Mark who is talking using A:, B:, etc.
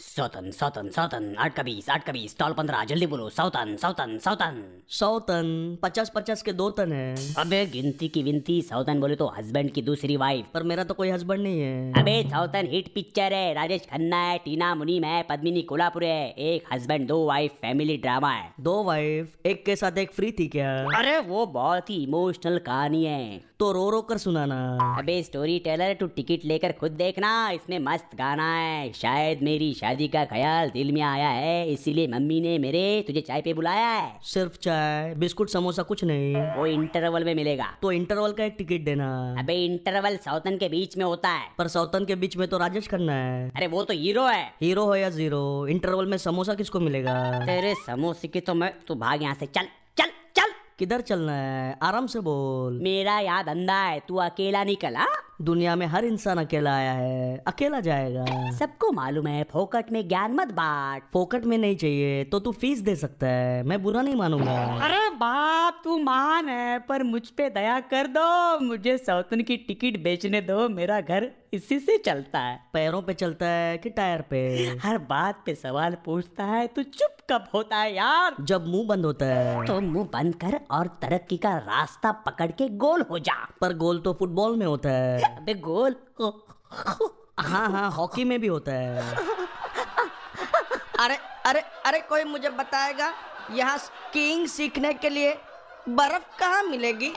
A: सौतन सौतन सौतन आठ का बीस आठ का बीस स्टॉल पंद्रह जल्दी बोलो सौतन सौतन सौतन
B: सौ तन पचास पचास के दो तन है
A: अबे गिनती की विनती सौतन बोले तो हस्बैंड की दूसरी वाइफ
B: पर मेरा तो कोई हस्बैंड नहीं है
A: अबे सौतन हिट पिक्चर है राजेश खन्ना है टीना मुनीम है पद्मिनी कोल्हापुरे है एक हस्बैंड दो वाइफ फैमिली ड्रामा है
B: दो वाइफ एक के साथ एक फ्री थी क्या
A: अरे वो बहुत ही इमोशनल कहानी है
B: तो रो रो कर सुनाना
A: अबे स्टोरी टेलर तू टिकट लेकर खुद देखना इसमें मस्त गाना है शायद मेरी शादी का ख्याल दिल में आया है इसीलिए मम्मी ने मेरे तुझे चाय पे बुलाया है
B: सिर्फ चाय बिस्कुट समोसा कुछ नहीं
A: वो इंटरवल में मिलेगा
B: तो इंटरवल का एक टिकट देना
A: हम्म। अबे इंटरवल सौतन के बीच में होता है
B: पर सौतन के बीच में तो राजेश खन्ना है
A: अरे वो तो हीरो है
B: हीरो हो या जीरो इंटरवल में समोसा किसको मिलेगा
A: तेरे समोसे की तो मैं तू भाग यहाँ से चल चल चल
B: किधर चलना है आराम से बोल
A: मेरा यहाँ धंधा है तू अकेला निकल हाँ
B: दुनिया में हर इंसान अकेला आया है अकेला जाएगा
A: सबको मालूम है फोकट में ज्ञान मत बांट
B: फोकट में नहीं चाहिए तो तू फीस दे सकता है मैं बुरा नहीं मानूंगा
C: अरे बाप तू महान है पर मुझ पे दया कर दो मुझे सौतन की टिकट बेचने दो मेरा घर इसी से चलता है
B: पैरों पे चलता है कि टायर पे
C: हर बात पे सवाल पूछता है तू चुप कब होता है यार
B: जब मुंह बंद होता है
A: तो मुंह बंद कर और तरक्की का रास्ता पकड़ के गोल हो जा
B: पर गोल तो फुटबॉल में होता है
A: अबे गोल हो
B: हाँ हाँ हॉकी में भी होता है अरे अरे अरे कोई मुझे बताएगा यहाँ स्कीइंग सीखने के लिए बर्फ कहाँ मिलेगी